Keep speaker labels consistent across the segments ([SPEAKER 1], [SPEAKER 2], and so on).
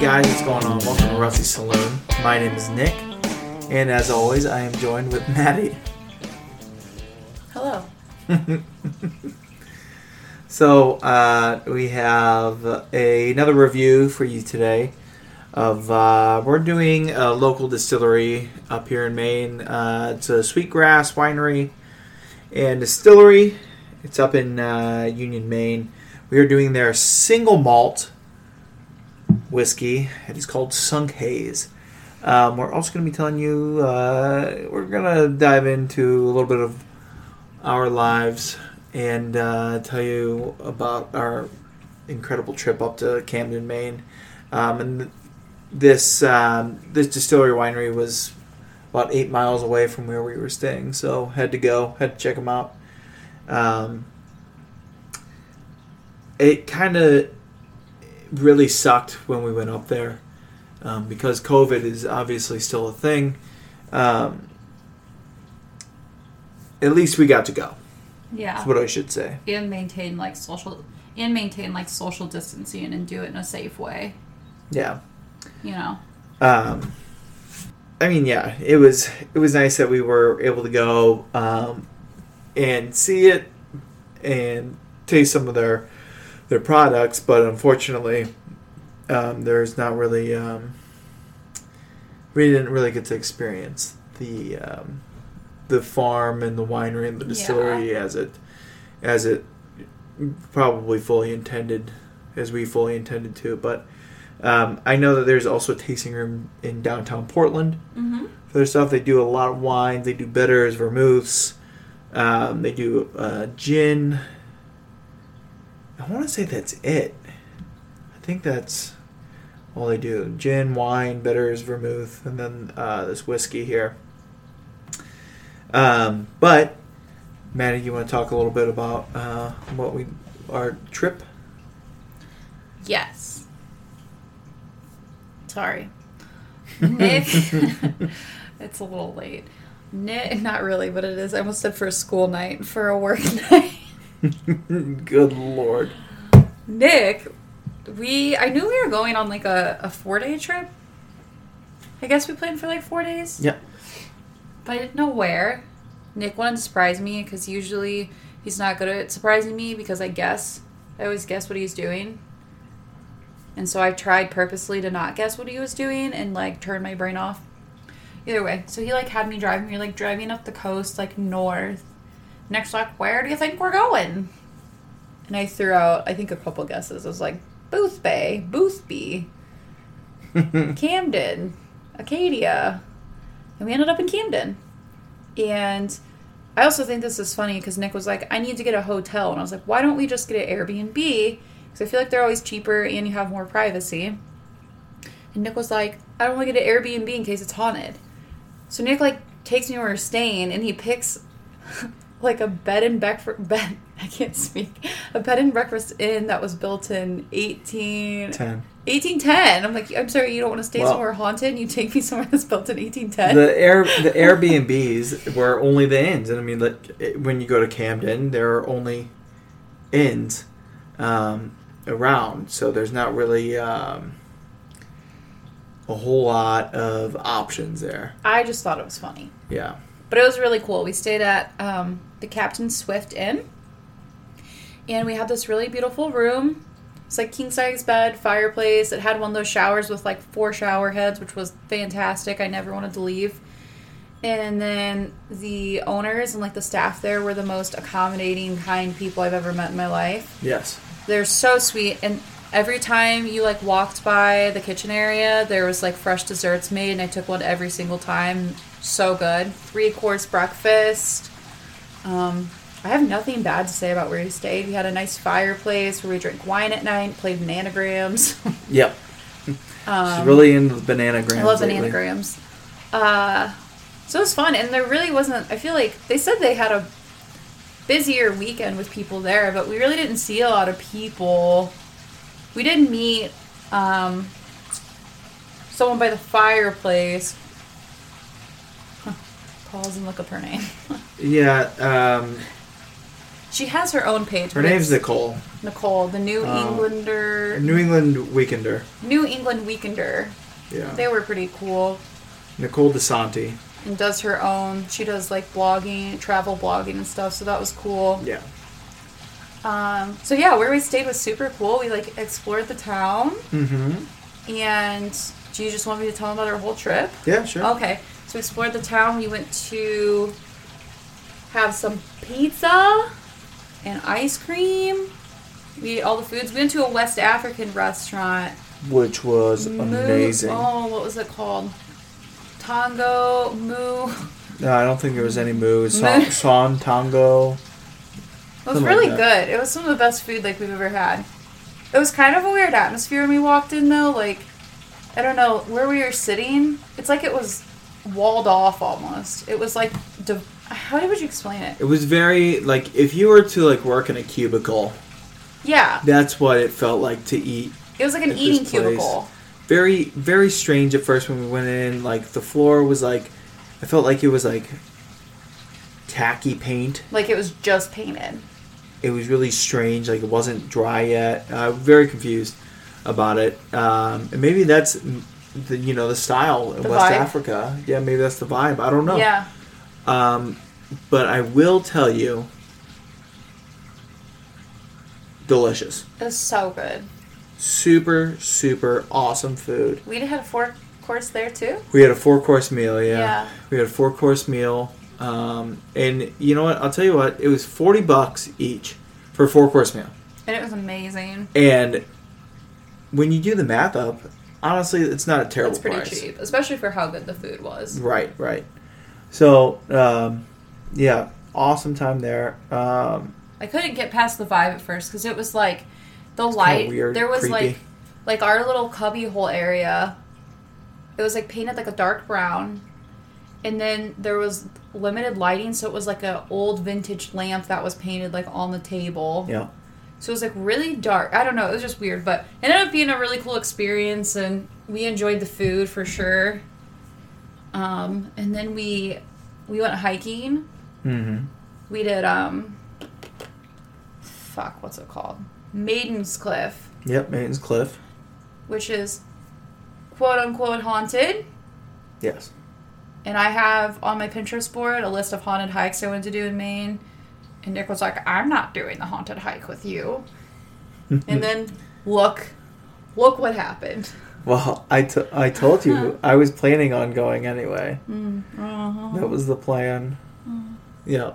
[SPEAKER 1] guys? What's going on? Welcome to Rusty Saloon. My name is Nick, and as always, I am joined with Maddie.
[SPEAKER 2] Hello.
[SPEAKER 1] So uh, we have a, another review for you today. Of uh, we're doing a local distillery up here in Maine. Uh, it's a Sweetgrass Winery and Distillery. It's up in uh, Union, Maine. We are doing their single malt whiskey. It is called Sunk Haze. Um, we're also going to be telling you. Uh, we're going to dive into a little bit of our lives and uh, tell you about our incredible trip up to Camden, Maine. Um, and th- this um, this distillery winery was about eight miles away from where we were staying, so had to go, had to check them out. Um, it kind of really sucked when we went up there um, because COVID is obviously still a thing. Um, at least we got to go.
[SPEAKER 2] Yeah.
[SPEAKER 1] That's what I should say.
[SPEAKER 2] and maintain like social and maintain like social distancing and do it in a safe way.
[SPEAKER 1] Yeah.
[SPEAKER 2] You know.
[SPEAKER 1] Um, I mean, yeah, it was it was nice that we were able to go um, and see it and taste some of their their products, but unfortunately, um, there's not really um, we didn't really get to experience the um, the farm and the winery and the distillery as it as it probably fully intended as we fully intended to, but. Um, I know that there's also a tasting room in downtown Portland
[SPEAKER 2] Mm-hmm.
[SPEAKER 1] for their stuff. They do a lot of wines. They do bitters, vermouths. Um, they do uh, gin. I want to say that's it. I think that's all they do: gin, wine, bitters, vermouth, and then uh, this whiskey here. Um, but Maddie, you want to talk a little bit about uh, what we our trip?
[SPEAKER 2] Yes. Sorry. Nick It's a little late. Nick not really, but it is. I almost said for a school night, for a work night.
[SPEAKER 1] Good lord.
[SPEAKER 2] Nick, we I knew we were going on like a, a four day trip. I guess we planned for like four days.
[SPEAKER 1] Yep.
[SPEAKER 2] But I didn't know where. Nick wanted to surprise me because usually he's not good at surprising me because I guess. I always guess what he's doing. And so I tried purposely to not guess what he was doing and like turn my brain off. Either way, so he like had me driving. We were like driving up the coast, like north. Next, like, where do you think we're going? And I threw out, I think, a couple guesses. I was like, Booth Bay, Boothby, Camden, Acadia, and we ended up in Camden. And I also think this is funny because Nick was like, I need to get a hotel. And I was like, why don't we just get an Airbnb? Because I feel like they're always cheaper and you have more privacy. And Nick was like, I don't want to get an Airbnb in case it's haunted. So Nick like takes me where we're staying and he picks like a bed and breakfast bed I can't speak. A bed and breakfast inn that was built in 18
[SPEAKER 1] Ten.
[SPEAKER 2] 1810. I'm like, I'm sorry, you don't want to stay
[SPEAKER 1] Well-
[SPEAKER 2] somewhere haunted. and You take me somewhere that's built in 1810.
[SPEAKER 1] the air the Airbnbs were only the inns, and I mean, like it- when you go to Camden, there are only inns um, around, so there's not really um, a whole lot of options there.
[SPEAKER 2] I just thought it was funny,
[SPEAKER 1] Yeah,
[SPEAKER 2] but it was really cool. We stayed at um, the Captain Swift Inn, and we had this really beautiful room. It's like king size bed, fireplace. It had one of those showers with like four shower heads, which was fantastic. I never wanted to leave. And then the owners and like the staff there were the most accommodating, kind people I've ever met in my life.
[SPEAKER 1] yes,
[SPEAKER 2] They're so sweet and every time you like walked by the kitchen area, there was like fresh desserts made and I took one every single time. So good. Three course breakfast. Um I have nothing bad to say about where we stayed. We had a nice fireplace where we drank wine at night, played bananagrams.
[SPEAKER 1] yep. She's
[SPEAKER 2] um,
[SPEAKER 1] really into the banana grams.
[SPEAKER 2] I love
[SPEAKER 1] lately.
[SPEAKER 2] bananagrams. Uh, so it was fun, and there really wasn't. I feel like they said they had a busier weekend with people there, but we really didn't see a lot of people. We did meet um, someone by the fireplace. Huh. Pause and look up her name.
[SPEAKER 1] Yeah, um,
[SPEAKER 2] She has her own page.
[SPEAKER 1] Her
[SPEAKER 2] but
[SPEAKER 1] name's
[SPEAKER 2] it's
[SPEAKER 1] Nicole.
[SPEAKER 2] Nicole, the New
[SPEAKER 1] Oh.
[SPEAKER 2] Englander,
[SPEAKER 1] New England Weekender.
[SPEAKER 2] New England Weekender.
[SPEAKER 1] Yeah.
[SPEAKER 2] They were pretty cool.
[SPEAKER 1] Nicole DeSanti.
[SPEAKER 2] And does her own. She does like blogging, travel blogging and stuff. So that was cool.
[SPEAKER 1] Yeah.
[SPEAKER 2] Um, so yeah, where we stayed was super cool. We like explored the town.
[SPEAKER 1] Mm-hmm.
[SPEAKER 2] And do you just want me to tell them about our whole trip?
[SPEAKER 1] Yeah, sure.
[SPEAKER 2] Okay, so we explored the town. We went to have some pizza and ice cream. We ate all the foods. We went to a West African restaurant.
[SPEAKER 1] Which was
[SPEAKER 2] Moo-
[SPEAKER 1] amazing.
[SPEAKER 2] oh, what was it called? Tongo Moo.
[SPEAKER 1] No, I don't think there was any moo.
[SPEAKER 2] Moo.
[SPEAKER 1] Son, son tango.
[SPEAKER 2] It was
[SPEAKER 1] Something
[SPEAKER 2] really
[SPEAKER 1] like
[SPEAKER 2] good. It was some of the best food like we've ever had. It was kind of a weird atmosphere when we walked in though. Like I don't know where we were sitting. It's like it was walled off almost. It was like div- how would you explain it?
[SPEAKER 1] It was very like if you were to like work in a cubicle,
[SPEAKER 2] Yeah,
[SPEAKER 1] that's what it felt like to eat.
[SPEAKER 2] it was like an
[SPEAKER 1] At this
[SPEAKER 2] eating
[SPEAKER 1] place.
[SPEAKER 2] cubicle.
[SPEAKER 1] Very very strange at first when we went in. Like the floor was like, I felt like it was like tacky paint.
[SPEAKER 2] Like it was just painted.
[SPEAKER 1] It was really strange. Like it wasn't dry yet. I was very confused about it. Um, and maybe that's the you know the style in
[SPEAKER 2] The
[SPEAKER 1] West
[SPEAKER 2] vibe.
[SPEAKER 1] Africa. Yeah, maybe that's the vibe. I don't know.
[SPEAKER 2] Yeah.
[SPEAKER 1] Um, but I will tell you, delicious,
[SPEAKER 2] It was so good.
[SPEAKER 1] super, super awesome food.
[SPEAKER 2] We had a four course there too.
[SPEAKER 1] We had a four course meal. Yeah,
[SPEAKER 2] Yeah.
[SPEAKER 1] we had a four course meal. Um, and you know what? I'll tell you what. It was forty bucks each for a four course meal.
[SPEAKER 2] And it was amazing.
[SPEAKER 1] And when you do the math up, honestly, it's not a terrible
[SPEAKER 2] It's pretty
[SPEAKER 1] price.
[SPEAKER 2] cheap, especially for how good the food was.
[SPEAKER 1] Right, right. So, um, yeah, awesome time there. Um,
[SPEAKER 2] I couldn't get past the vibe at first because it was like the
[SPEAKER 1] kinda
[SPEAKER 2] light.
[SPEAKER 1] weird,
[SPEAKER 2] there was
[SPEAKER 1] creepy.
[SPEAKER 2] like like our little cubby hole area. It was like painted like a dark brown, and then there was limited lighting, so it was like an old vintage lamp that was painted like on the table.
[SPEAKER 1] yeah.
[SPEAKER 2] So it was like really dark. I don't know. It was just weird, but it ended up being a really cool experience, and we enjoyed the food for sure. Um, and then we we went hiking.
[SPEAKER 1] Mm-hmm.
[SPEAKER 2] We did um fuck, what's it called? Maiden's Cliff,
[SPEAKER 1] Yep, Maiden's Cliff.
[SPEAKER 2] which is quote unquote haunted.
[SPEAKER 1] Yes.
[SPEAKER 2] And I have on my Pinterest board a list of haunted hikes I wanted to do in Maine. And Nick was like, I'm not doing the haunted hike with you.
[SPEAKER 1] Hmm.
[SPEAKER 2] and then look look what happened.
[SPEAKER 1] Well, I, t- I told you I was planning on going anyway.
[SPEAKER 2] Uh-huh.
[SPEAKER 1] That was the plan. Yeah.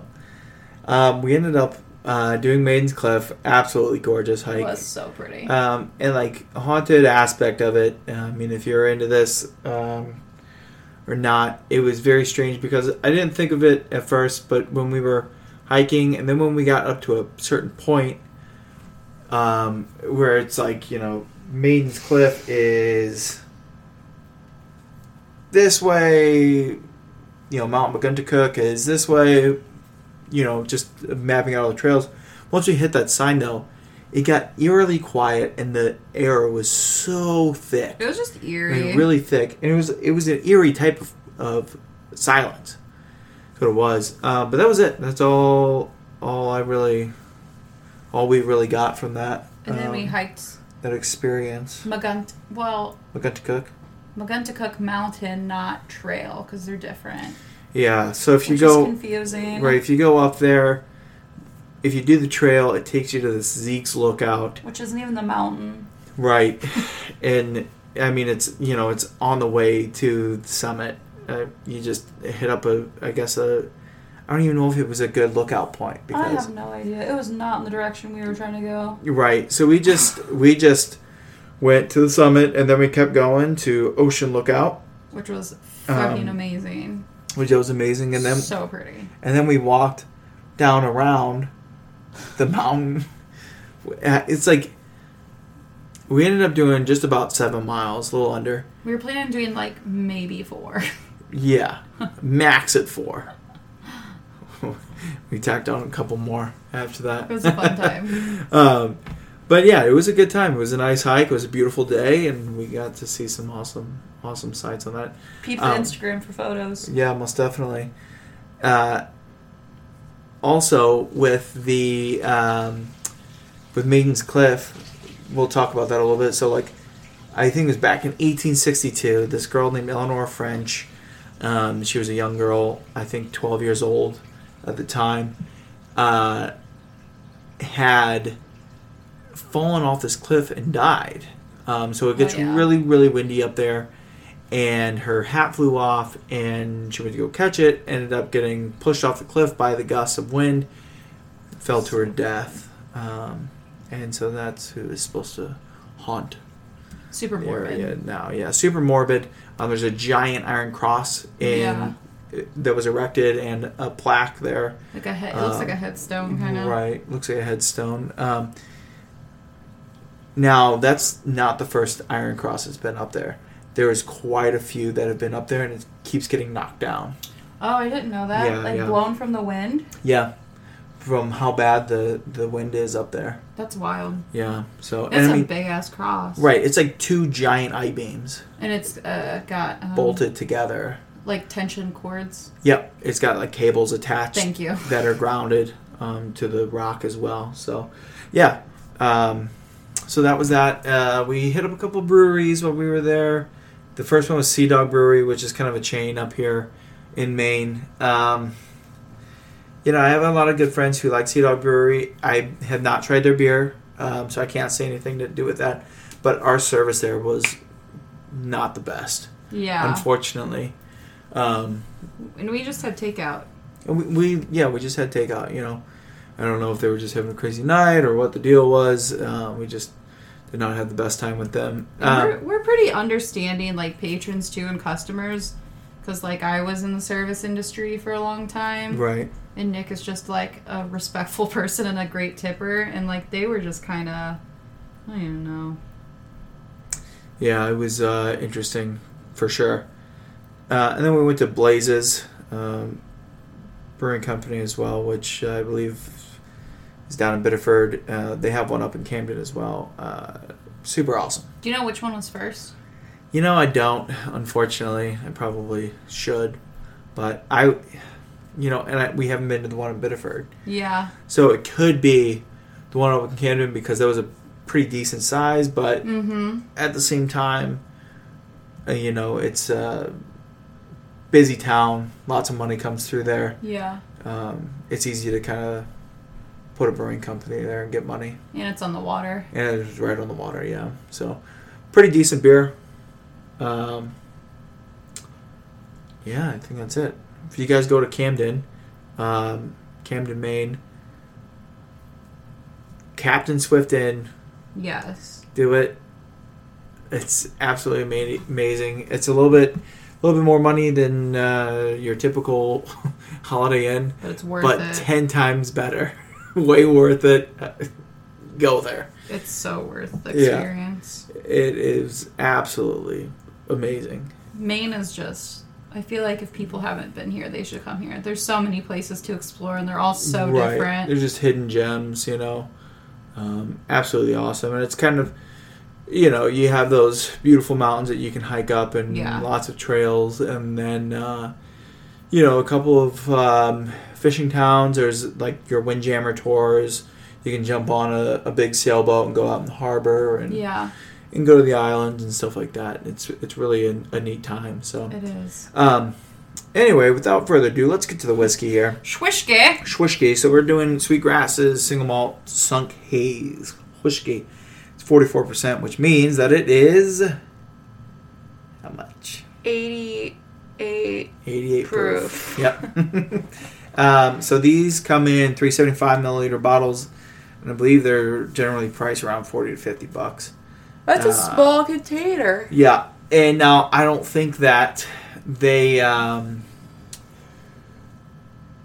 [SPEAKER 1] Um, we ended up uh, doing Maiden's Cliff. Absolutely gorgeous
[SPEAKER 2] It
[SPEAKER 1] hike.
[SPEAKER 2] was so pretty.
[SPEAKER 1] Um, and like haunted aspect of it. uh, I mean, if you're into this um, or not, it was very strange because I didn't think of it at first, but when we were hiking, and then when we got up to a certain point um, where it's like you know, Maiden's Cliff is this way. You know, Mount McGuntacook is this way. You know, just mapping out all the trails. Once we hit that sign, though, it got eerily quiet, and the air was so thick.
[SPEAKER 2] it was just
[SPEAKER 1] I
[SPEAKER 2] eerie.
[SPEAKER 1] mean, really thick, and it was it was an eerie type of, of silence. That's what it was. Uh, but that was it. That's all. All I really, all we really got from that
[SPEAKER 2] and then we
[SPEAKER 1] um,
[SPEAKER 2] hiked
[SPEAKER 1] that experience.
[SPEAKER 2] Magunt well,
[SPEAKER 1] We got to cook.
[SPEAKER 2] Maguntacook Mountain, not trail, because they're different.
[SPEAKER 1] Yeah. So if you
[SPEAKER 2] which is
[SPEAKER 1] go
[SPEAKER 2] confusing.
[SPEAKER 1] right, if you go up there, if you do the trail, it takes you to this Zeke's Lookout.
[SPEAKER 2] Which isn't even the mountain.
[SPEAKER 1] Right. and I mean, it's you know, it's on the way to the summit. Uh, you just hit up a, I guess a, I don't even know if it was a good lookout point
[SPEAKER 2] I
[SPEAKER 1] because
[SPEAKER 2] have no idea. It was not in the direction we were trying to go.
[SPEAKER 1] right. So we just we just went to the summit and then we kept going to Ocean Lookout,
[SPEAKER 2] Which was fucking
[SPEAKER 1] Um,
[SPEAKER 2] amazing.
[SPEAKER 1] which was amazing, and then
[SPEAKER 2] so pretty.
[SPEAKER 1] and then we walked down around the mountain. It's like we ended up doing just about seven miles, a little under.
[SPEAKER 2] We were planning on doing like maybe four.
[SPEAKER 1] Yeah, max at four. we tacked on a couple more after that.
[SPEAKER 2] It was a fun time.
[SPEAKER 1] um, but yeah, it was a good time. It was a nice hike. It was a beautiful day, and we got to see some awesome, awesome sights on that.
[SPEAKER 2] Peep the
[SPEAKER 1] Um,
[SPEAKER 2] Instagram for photos.
[SPEAKER 1] Yeah, most definitely. Uh, also with the um, with Maiden's Cliff, we'll talk about that a little bit. So like, I think it was back in 1862. This girl named Eleanor French. Um, she was a young girl, I think 12 years old at the time. Uh, had fallen off this cliff and died. Um, so it gets
[SPEAKER 2] yeah.
[SPEAKER 1] really, really windy up there. And her hat flew off, and she went to go catch it. Ended up getting pushed off the cliff by the gusts of wind, fell to her death. Um, and so that's who is supposed to haunt
[SPEAKER 2] Super
[SPEAKER 1] the
[SPEAKER 2] morbid.
[SPEAKER 1] area now. Yeah, super morbid. Um, there's a giant iron cross in
[SPEAKER 2] Yeah.
[SPEAKER 1] that was erected and a plaque there.
[SPEAKER 2] Like a head, it looks
[SPEAKER 1] Um,
[SPEAKER 2] like a headstone kind of.
[SPEAKER 1] Right, looks like a headstone. Um, now that's not the first Iron Cross that's been up there. There is quite a few that have been up there, and it keeps getting knocked down.
[SPEAKER 2] Oh, I didn't know that.
[SPEAKER 1] Yeah,
[SPEAKER 2] like
[SPEAKER 1] yeah.
[SPEAKER 2] blown from the wind.
[SPEAKER 1] Yeah, from how bad the the wind is up there.
[SPEAKER 2] That's wild.
[SPEAKER 1] Yeah, so and
[SPEAKER 2] That's
[SPEAKER 1] I
[SPEAKER 2] a
[SPEAKER 1] mean,
[SPEAKER 2] big ass cross.
[SPEAKER 1] right, it's like two giant I beams
[SPEAKER 2] And it's uh, got um,
[SPEAKER 1] bolted together.
[SPEAKER 2] like tension cords.
[SPEAKER 1] Yep, it's got like cables attached.
[SPEAKER 2] Thank you.
[SPEAKER 1] that are grounded um, to the rock as well. So, yeah. Um, so that was that. Uh, we hit up a couple breweries while we were there. The first one was Sea Dog Brewery, which is kind of a chain up here in Maine. Um, you know, I have a lot of good friends who like Sea Dog Brewery. I have not tried their beer, um, so I can't say anything to do with that. But our service there was not the best,
[SPEAKER 2] Yeah.
[SPEAKER 1] unfortunately. Um,
[SPEAKER 2] and we just had takeout.
[SPEAKER 1] and we, we yeah, we just had takeout. You know, I don't know if they were just having a crazy night or what the deal was. Uh, we just did not have the best time with them.
[SPEAKER 2] And
[SPEAKER 1] Um,
[SPEAKER 2] we're, we're pretty understanding, like patrons too, and customers. Because like I was in the service industry for a long time,
[SPEAKER 1] right.
[SPEAKER 2] and Nick is just like a respectful person and a great tipper, and like they were just kind of, I don't even know.
[SPEAKER 1] Yeah, it was uh, interesting for sure. Uh, and then we went to Blazes um, Brewing Company as well, which I believe is down in Biddeford. Uh, they have one up in Camden as well. Uh, super awesome.
[SPEAKER 2] Do you know which one was first?
[SPEAKER 1] You know, I don't. Unfortunately, I probably should, but I, you know, and I, we haven't been to the one in Biddeford,
[SPEAKER 2] Yeah.
[SPEAKER 1] so it could be the one over in Camden because that was a pretty decent size, but
[SPEAKER 2] Mm-hmm.
[SPEAKER 1] at the same time, uh, you know, it's a busy town. Lots of money comes through there.
[SPEAKER 2] Yeah.
[SPEAKER 1] Um, it's easy to kind of put a brewing company there and get money,
[SPEAKER 2] And it's on the water.
[SPEAKER 1] and it's right on the water. Yeah, so pretty decent beer. Um, yeah, I think that's it. If you guys go to Camden, um, Camden, Maine, Captain Swift Inn,
[SPEAKER 2] Yes.
[SPEAKER 1] do it. It's absolutely ama- amazing. It's a little bit, a little bit more money than uh, your typical Holiday Inn,
[SPEAKER 2] But it's worth
[SPEAKER 1] but
[SPEAKER 2] it.
[SPEAKER 1] ten times better. Way worth it. Uh, go there.
[SPEAKER 2] it's so worth the
[SPEAKER 1] Yeah.
[SPEAKER 2] experience.
[SPEAKER 1] It is absolutely amazing.
[SPEAKER 2] Maine is just. I feel like if people haven't been here, they should come here. There's so many places to explore, and they're all so different.
[SPEAKER 1] They're just hidden gems, you know. Um, absolutely awesome. And it's kind of, you know, you have those beautiful mountains that you can hike up and
[SPEAKER 2] Yeah.
[SPEAKER 1] lots of trails. And then, uh, you know, a couple of um, fishing towns. There's like your windjammer tours. You can jump on a, a big sailboat and go out in the harbor and,
[SPEAKER 2] Yeah,
[SPEAKER 1] and go to the islands and stuff like that. It's it's really a, a neat time. So
[SPEAKER 2] it is.
[SPEAKER 1] Um, anyway, without further ado, let's get to the whiskey here.
[SPEAKER 2] Schwishke.
[SPEAKER 1] Schwishky. So we're doing sweet grasses, single malt, sunk haze. Whiskey. It's 44%, which means that it is. How much?
[SPEAKER 2] 88.
[SPEAKER 1] 88 proof.
[SPEAKER 2] Proof.
[SPEAKER 1] Yep. um, so these come in 375 milliliter bottles, and I believe they're generally priced around 40 to 50 bucks.
[SPEAKER 2] That's
[SPEAKER 1] Uh,
[SPEAKER 2] a small container.
[SPEAKER 1] Yeah, and now I don't think that they um,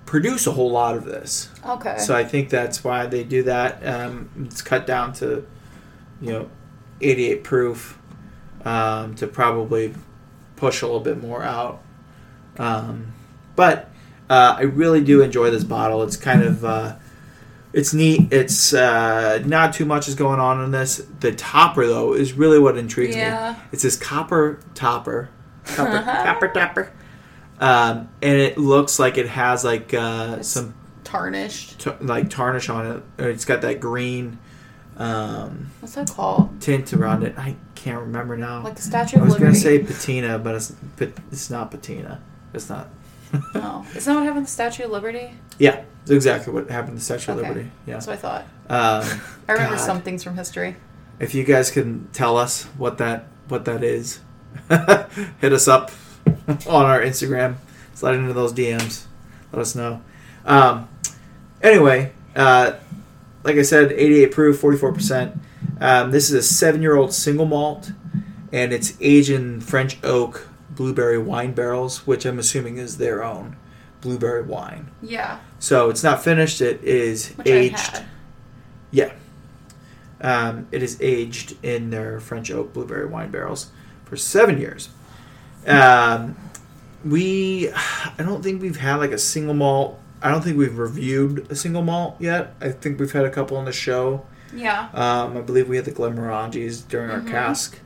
[SPEAKER 1] produce a whole lot of this,
[SPEAKER 2] Okay.
[SPEAKER 1] so I think that's why they do that. Um, it's cut down to, you know, 88 proof um, to probably push a little bit more out. Um, but uh, I really do enjoy this bottle. It's kind of uh, it's neat. It's uh, not too much is going on in this. The topper though is really what intrigues
[SPEAKER 2] Yeah.
[SPEAKER 1] me. It's this copper topper, copper
[SPEAKER 2] Uh-huh.
[SPEAKER 1] topper topper, um, and it looks like it has like uh, some
[SPEAKER 2] tarnished.
[SPEAKER 1] t- like tarnish on it. or It's got that green um,
[SPEAKER 2] What's that called?
[SPEAKER 1] tint around it. I can't remember now.
[SPEAKER 2] Like the Statue
[SPEAKER 1] Oh. I
[SPEAKER 2] of
[SPEAKER 1] was
[SPEAKER 2] Liberty.
[SPEAKER 1] gonna say patina, but it's but it's not patina. It's not.
[SPEAKER 2] no, isn't Oh, that what happened to the Statue of Liberty?
[SPEAKER 1] Yeah, it's exactly what happened to Statue of
[SPEAKER 2] Okay.
[SPEAKER 1] Liberty. Yeah.
[SPEAKER 2] That's what I thought.
[SPEAKER 1] Um,
[SPEAKER 2] I remember
[SPEAKER 1] God.
[SPEAKER 2] some things from history.
[SPEAKER 1] If you guys can tell us what that what that is, hit us up on our Instagram. Slide into those DMs. Let us know. Um, anyway, uh, like I said, 88 proof, 44%. Um, this is a seven year old single malt, and it's aged in French oak blueberry wine barrels, which I'm assuming is their own blueberry wine.
[SPEAKER 2] Yeah,
[SPEAKER 1] So it's not finished. It is
[SPEAKER 2] which
[SPEAKER 1] aged.
[SPEAKER 2] I had.
[SPEAKER 1] Yeah. Um, it is aged in their French oak blueberry wine barrels for seven years. Um, we, I don't think we've had like a single malt. I don't think we've reviewed a single malt yet. I think we've had a couple on the show.
[SPEAKER 2] Yeah,
[SPEAKER 1] Um, I believe we had the Glenmorangies during our
[SPEAKER 2] Mhm.
[SPEAKER 1] cask.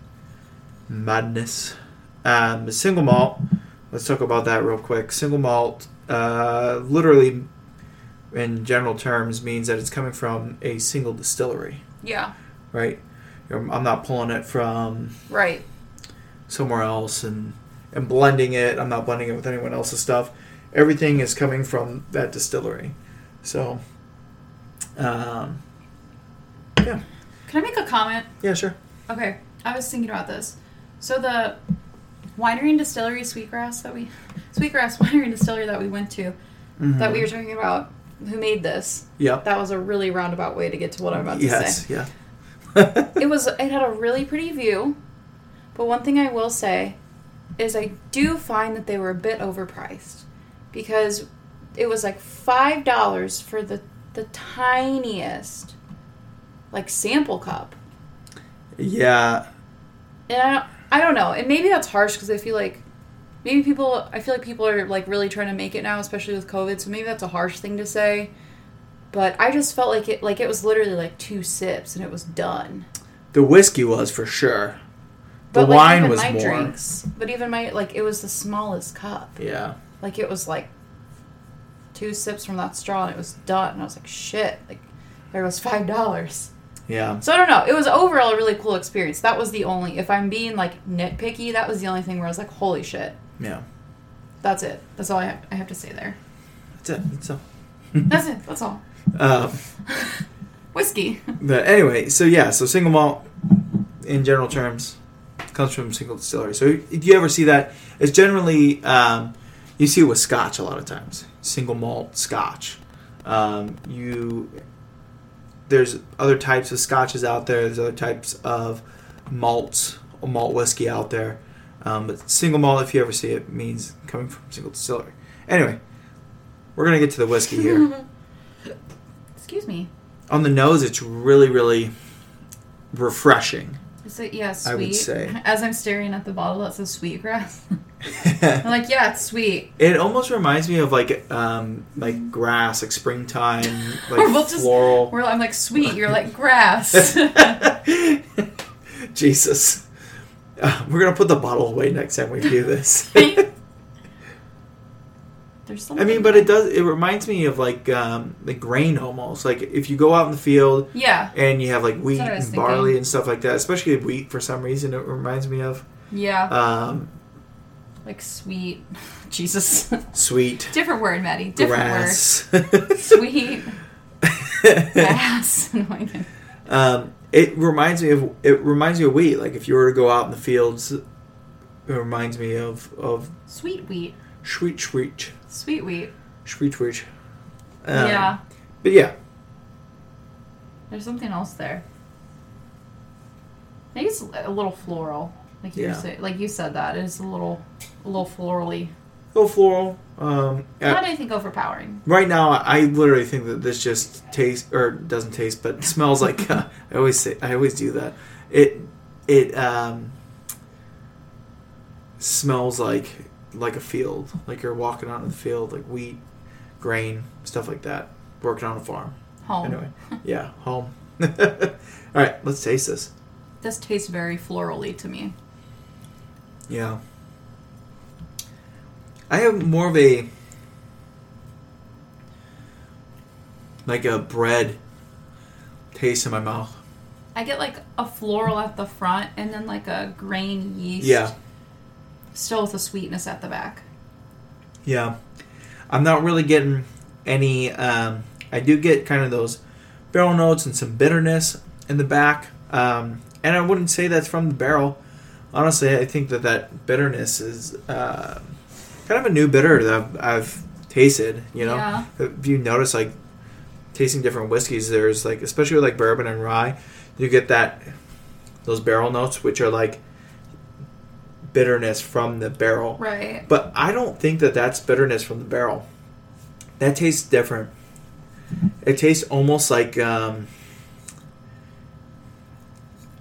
[SPEAKER 1] Madness. Um, the single malt. Let's talk about that real quick. Single malt, uh, literally, in general terms, means that it's coming from a single distillery,
[SPEAKER 2] yeah,
[SPEAKER 1] right? I'm I'm not pulling it from
[SPEAKER 2] right.
[SPEAKER 1] somewhere else and and blending it. I'm not blending it with anyone else's stuff. Everything is coming from that distillery. So, um, yeah,
[SPEAKER 2] Can I make a comment?
[SPEAKER 1] yeah, sure.
[SPEAKER 2] Okay, I was thinking about this. So the winery and distillery Sweetgrass that we, Sweetgrass winery and distillery that we went to,
[SPEAKER 1] Mm-hmm.
[SPEAKER 2] that we were talking about, who made this?
[SPEAKER 1] Yep.
[SPEAKER 2] That was a really roundabout way to get to what I'm about to say.
[SPEAKER 1] yes, yeah.
[SPEAKER 2] it was it had a really pretty view but one thing i will say is i do find that they were a bit overpriced because it was like five dollars for the the tiniest like sample cup
[SPEAKER 1] yeah,
[SPEAKER 2] and i don't, I don't know and maybe that's harsh because i feel like maybe people i feel like people are like really trying to make it now especially with covid so maybe that's a harsh thing to say but i just felt like it like it was literally like two sips and it was done
[SPEAKER 1] the whiskey was for sure. The
[SPEAKER 2] But, like,
[SPEAKER 1] wine
[SPEAKER 2] even
[SPEAKER 1] was
[SPEAKER 2] my
[SPEAKER 1] more.
[SPEAKER 2] Drinks, but even my like, it was the smallest cup.
[SPEAKER 1] Yeah,
[SPEAKER 2] Like it was like two sips from that straw, and it was done. And I was like, shit. Like there was five dollars.
[SPEAKER 1] yeah,
[SPEAKER 2] So I don't know. It was overall a really cool experience. That was the only. If I'm being like nitpicky, that was the only thing where I was like, holy shit.
[SPEAKER 1] yeah.
[SPEAKER 2] That's it. That's all I have, I have to say there.
[SPEAKER 1] That's it. That's all.
[SPEAKER 2] That's it. That's all.
[SPEAKER 1] Uh,
[SPEAKER 2] Whiskey.
[SPEAKER 1] but anyway, so yeah, so single malt in general terms comes from single distillery. So if you ever see that, it's generally um, you see it with Scotch a lot of times, single malt Scotch. Um, you there's other types of Scotches out there. There's other types of malts, malt whiskey out there. Um, but single malt, if you ever see it, means coming from single distillery. Anyway, we're gonna get to the whiskey here
[SPEAKER 2] Excuse me.
[SPEAKER 1] on the nose it's really really refreshing
[SPEAKER 2] Is it yeah sweet?
[SPEAKER 1] I would say.
[SPEAKER 2] As I'm staring at the bottle that says sweetgrass, I'm
[SPEAKER 1] it
[SPEAKER 2] like, yeah, it's sweet.
[SPEAKER 1] almost reminds me of like um like grass like springtime
[SPEAKER 2] We're
[SPEAKER 1] like
[SPEAKER 2] both just-
[SPEAKER 1] floral
[SPEAKER 2] Where I'm like, sweet, you're like grass.
[SPEAKER 1] jesus Uh, we're gonna put the bottle away next time we do this
[SPEAKER 2] There's something.
[SPEAKER 1] i mean but it does it reminds me of like um the grain almost like if you go out in the field
[SPEAKER 2] Yeah,
[SPEAKER 1] and you have like wheat
[SPEAKER 2] what I was
[SPEAKER 1] and
[SPEAKER 2] thinking.
[SPEAKER 1] barley and stuff like that especially wheat for some reason it reminds me of
[SPEAKER 2] yeah,
[SPEAKER 1] um
[SPEAKER 2] like sweet. Jesus,
[SPEAKER 1] sweet
[SPEAKER 2] different word, Maddie. Different
[SPEAKER 1] grass
[SPEAKER 2] word. Sweet grass. Oh No, I can't.
[SPEAKER 1] Um, it reminds me of it reminds me of wheat. Like if you were to go out in the fields, it reminds me of of
[SPEAKER 2] sweet wheat.
[SPEAKER 1] sweet sweet
[SPEAKER 2] Sweet wheat.
[SPEAKER 1] sweet sweet. Um,
[SPEAKER 2] yeah,
[SPEAKER 1] but yeah,
[SPEAKER 2] there's something else there. I think it's a little floral. Like you
[SPEAKER 1] Yeah.
[SPEAKER 2] say, like you said that it's a little, a little florally.
[SPEAKER 1] go floral. Um, yeah.
[SPEAKER 2] Not anything overpowering.
[SPEAKER 1] right now, I literally think that this just tastes or doesn't taste, but smells like. Uh, I always say I always do that. It it um, smells like like a field. Like you're walking out in the field, like wheat, grain, stuff like that. Working on a farm.
[SPEAKER 2] Home.
[SPEAKER 1] Anyway, yeah, home. All right, let's taste this.
[SPEAKER 2] This tastes very florally to me.
[SPEAKER 1] Yeah. I have more of a like a bread taste in my mouth.
[SPEAKER 2] I get like a floral at the front and then like a grain yeast.
[SPEAKER 1] Yeah,
[SPEAKER 2] Still with a sweetness at the back.
[SPEAKER 1] yeah. I'm not really getting any. Um, I do get kind of those barrel notes and some bitterness in the back, um, and I wouldn't say that's from the barrel. Honestly, I think that that bitterness is uh, kind of a new bitter that I've, I've tasted. You know,
[SPEAKER 2] Yeah.
[SPEAKER 1] if you notice, like tasting different whiskeys, there's like especially with like bourbon and rye, you get that those barrel notes, which are like bitterness from the barrel.
[SPEAKER 2] Right.
[SPEAKER 1] But I don't think that that's bitterness from the barrel. That tastes different. It tastes almost like um,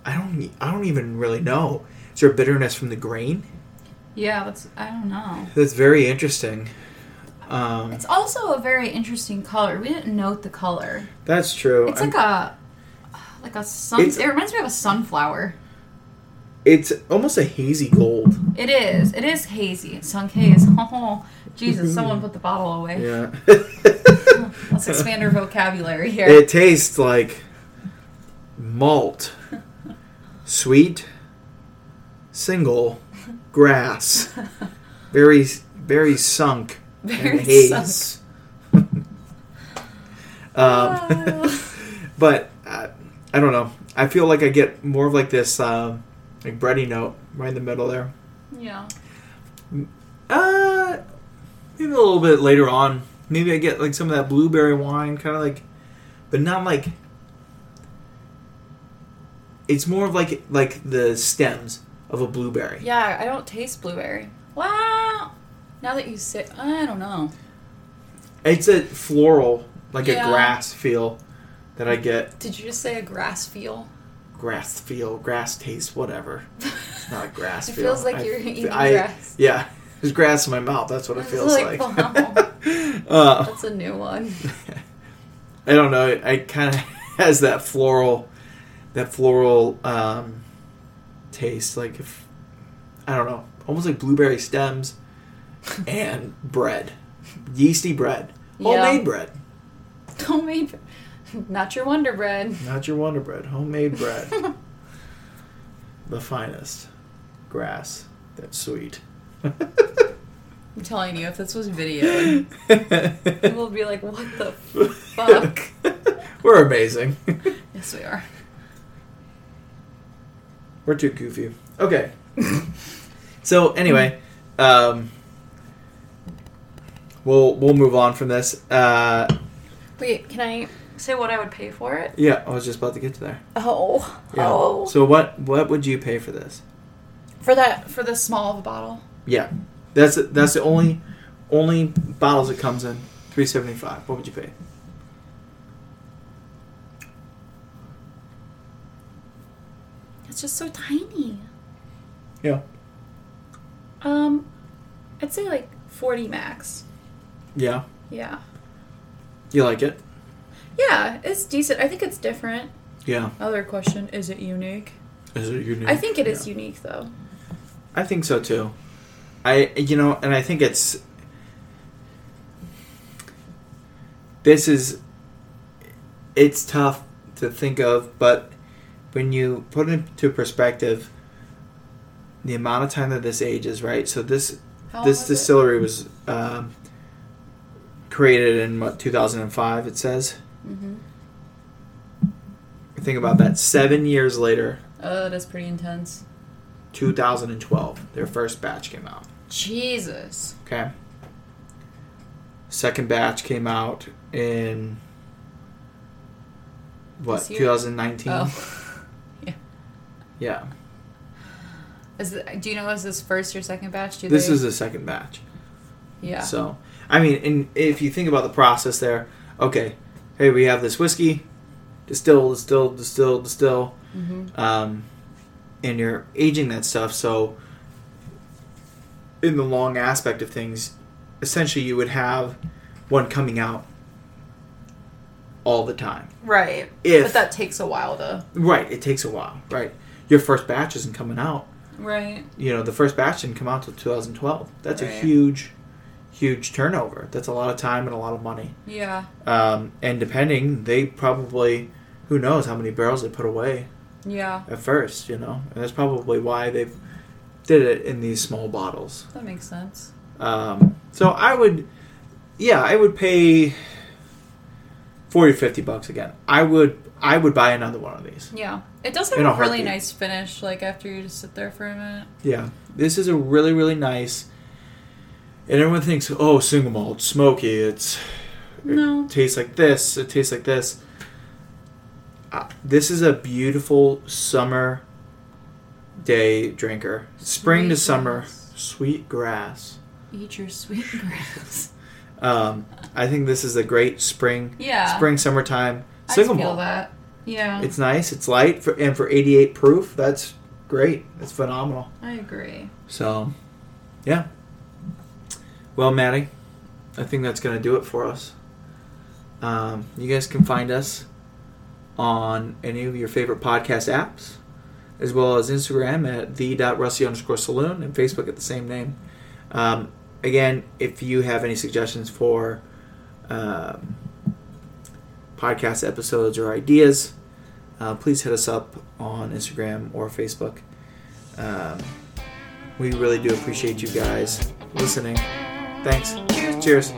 [SPEAKER 1] I don't e, I don't even really know. Is there bitterness from the grain?
[SPEAKER 2] Yeah, that's I don't know.
[SPEAKER 1] That's very interesting. Um,
[SPEAKER 2] It's also a very interesting color. We didn't note the color.
[SPEAKER 1] that's true.
[SPEAKER 2] It's
[SPEAKER 1] I'm-
[SPEAKER 2] like a like a sun
[SPEAKER 1] It's-
[SPEAKER 2] it reminds me of a sunflower.
[SPEAKER 1] it's almost a hazy gold.
[SPEAKER 2] It is. It is hazy. It's sun haze. Oh Jesus, someone put the bottle away.
[SPEAKER 1] Mhm. Yeah.
[SPEAKER 2] Let's expand our vocabulary here.
[SPEAKER 1] It tastes like malt, sweet, single, grass, very, very sunk,
[SPEAKER 2] Very
[SPEAKER 1] and haze. um,
[SPEAKER 2] Oh.
[SPEAKER 1] but I, I don't know. I feel like I get more of like this, um, like bready note right in the middle there.
[SPEAKER 2] yeah.
[SPEAKER 1] Uh, maybe a little bit later on. Maybe I get like some of that blueberry wine, kind of like, but not like. It's more of like like the stems of a blueberry.
[SPEAKER 2] Yeah, I don't taste blueberry. Wow. Now that you sit, I don't know.
[SPEAKER 1] It's a floral, like
[SPEAKER 2] Yeah.
[SPEAKER 1] a grass feel, that I get
[SPEAKER 2] Did you just say a grass feel?
[SPEAKER 1] grass feel, grass taste, whatever. It's not a grass
[SPEAKER 2] It
[SPEAKER 1] feel.
[SPEAKER 2] feels like
[SPEAKER 1] I-
[SPEAKER 2] you're eating
[SPEAKER 1] I-
[SPEAKER 2] grass.
[SPEAKER 1] Yeah, there's grass in my mouth. That's what it
[SPEAKER 2] It's
[SPEAKER 1] feels like.
[SPEAKER 2] like, wow.
[SPEAKER 1] uh,
[SPEAKER 2] That's a new one.
[SPEAKER 1] I don't know. It, it kind of has that floral, that floral um, taste. Like if I don't know, almost like blueberry stems and bread, yeasty bread,
[SPEAKER 2] Yeah.
[SPEAKER 1] homemade bread,
[SPEAKER 2] Homemade, not your Wonder Bread.
[SPEAKER 1] not your Wonder Bread, homemade bread, the finest grass that's sweet.
[SPEAKER 2] I'm telling you, if this was video,
[SPEAKER 1] Fuck.
[SPEAKER 2] people would be like, "What the fuck?"
[SPEAKER 1] We're amazing.
[SPEAKER 2] yes, we are.
[SPEAKER 1] We're too goofy. Okay. so anyway, um, we'll we'll move on from this. Uh,
[SPEAKER 2] Wait, can I say what I would pay for it?
[SPEAKER 1] yeah, I was just about to get to there.
[SPEAKER 2] Oh,
[SPEAKER 1] Yeah.
[SPEAKER 2] oh,
[SPEAKER 1] So what what would you pay for this?
[SPEAKER 2] for that, for the small of a bottle.
[SPEAKER 1] Yeah, that's that's the only only bottles it comes in. Three seventy five. What would you pay?
[SPEAKER 2] It's just so tiny.
[SPEAKER 1] Yeah.
[SPEAKER 2] Um, I'd say like 40 max.
[SPEAKER 1] Yeah.
[SPEAKER 2] Yeah.
[SPEAKER 1] You like it?
[SPEAKER 2] Yeah, it's decent. I think it's different.
[SPEAKER 1] Yeah.
[SPEAKER 2] Other question, is it unique?
[SPEAKER 1] Is it unique?
[SPEAKER 2] Oh. I think it is unique though.
[SPEAKER 1] I think so too. I you know, and I think it's this is it's tough to think of, but when you put it into perspective the amount of time that this ages, right? So this
[SPEAKER 2] How
[SPEAKER 1] this
[SPEAKER 2] was it?
[SPEAKER 1] distillery was um, created in what 2005 it says.
[SPEAKER 2] Mhm.
[SPEAKER 1] Think about that. 7 years later,
[SPEAKER 2] Oh, that's pretty intense.
[SPEAKER 1] 2012, their first batch came out.
[SPEAKER 2] Jesus.
[SPEAKER 1] Okay. Second batch came out in what
[SPEAKER 2] This year?
[SPEAKER 1] 2019.
[SPEAKER 2] Oh.
[SPEAKER 1] Yeah,
[SPEAKER 2] Is it, do you know is this first or second batch? Do
[SPEAKER 1] this
[SPEAKER 2] they,
[SPEAKER 1] is the second batch.
[SPEAKER 2] yeah.
[SPEAKER 1] So I mean, and if you think about the process there, okay, hey, we have this whiskey, distill, distill, distill, distill,
[SPEAKER 2] hmm
[SPEAKER 1] um, and you're aging that stuff. So in the long aspect of things, essentially, you would have one coming out all the time.
[SPEAKER 2] Right.
[SPEAKER 1] If-
[SPEAKER 2] but that takes a while to.
[SPEAKER 1] Right, it takes a while. Right, your first batch isn't coming out.
[SPEAKER 2] Right.
[SPEAKER 1] You know, the first batch didn't come out till 2012. That's a
[SPEAKER 2] Right.
[SPEAKER 1] huge, huge turnover. That's a lot of time and a lot of money.
[SPEAKER 2] Yeah.
[SPEAKER 1] Um, and depending, they probably, who knows how many barrels they put away
[SPEAKER 2] Yeah.
[SPEAKER 1] at first, you know? And that's probably why they did it in these small bottles.
[SPEAKER 2] That makes sense.
[SPEAKER 1] Um, so I would, yeah, I would pay 40 or 50 bucks again. I would, I would buy another one of these.
[SPEAKER 2] Yeah. It does
[SPEAKER 1] In
[SPEAKER 2] have
[SPEAKER 1] a
[SPEAKER 2] a, really
[SPEAKER 1] heartbeat.
[SPEAKER 2] nice finish, like after you just sit there for a minute.
[SPEAKER 1] Yeah. This is a really, really nice, and everyone thinks, oh, single malt, smoky, it's,
[SPEAKER 2] No.
[SPEAKER 1] it tastes like this, it tastes like this. Uh, this is a beautiful summer day drinker. Spring to
[SPEAKER 2] Sweet
[SPEAKER 1] summer,
[SPEAKER 2] grass.
[SPEAKER 1] sweet grass.
[SPEAKER 2] Eat your sweet grass.
[SPEAKER 1] Um, I think this is a great spring
[SPEAKER 2] yeah.
[SPEAKER 1] spring summertime
[SPEAKER 2] I
[SPEAKER 1] single
[SPEAKER 2] feel
[SPEAKER 1] malt.
[SPEAKER 2] that. Yeah.
[SPEAKER 1] It's nice. It's light for, and for 88 proof, that's great. That's phenomenal.
[SPEAKER 2] I agree.
[SPEAKER 1] So, yeah. Well, Maddie, I think that's gonna do it for us. Um, you guys can find us on any of your favorite podcast apps, as well as Instagram at the.rusty underscore saloon and Facebook at the same name. Um, again, if you have any suggestions for um, podcast episodes or ideas, uh, please hit us up on Instagram or Facebook. Um, we really do appreciate you guys listening. Thanks. Cheers.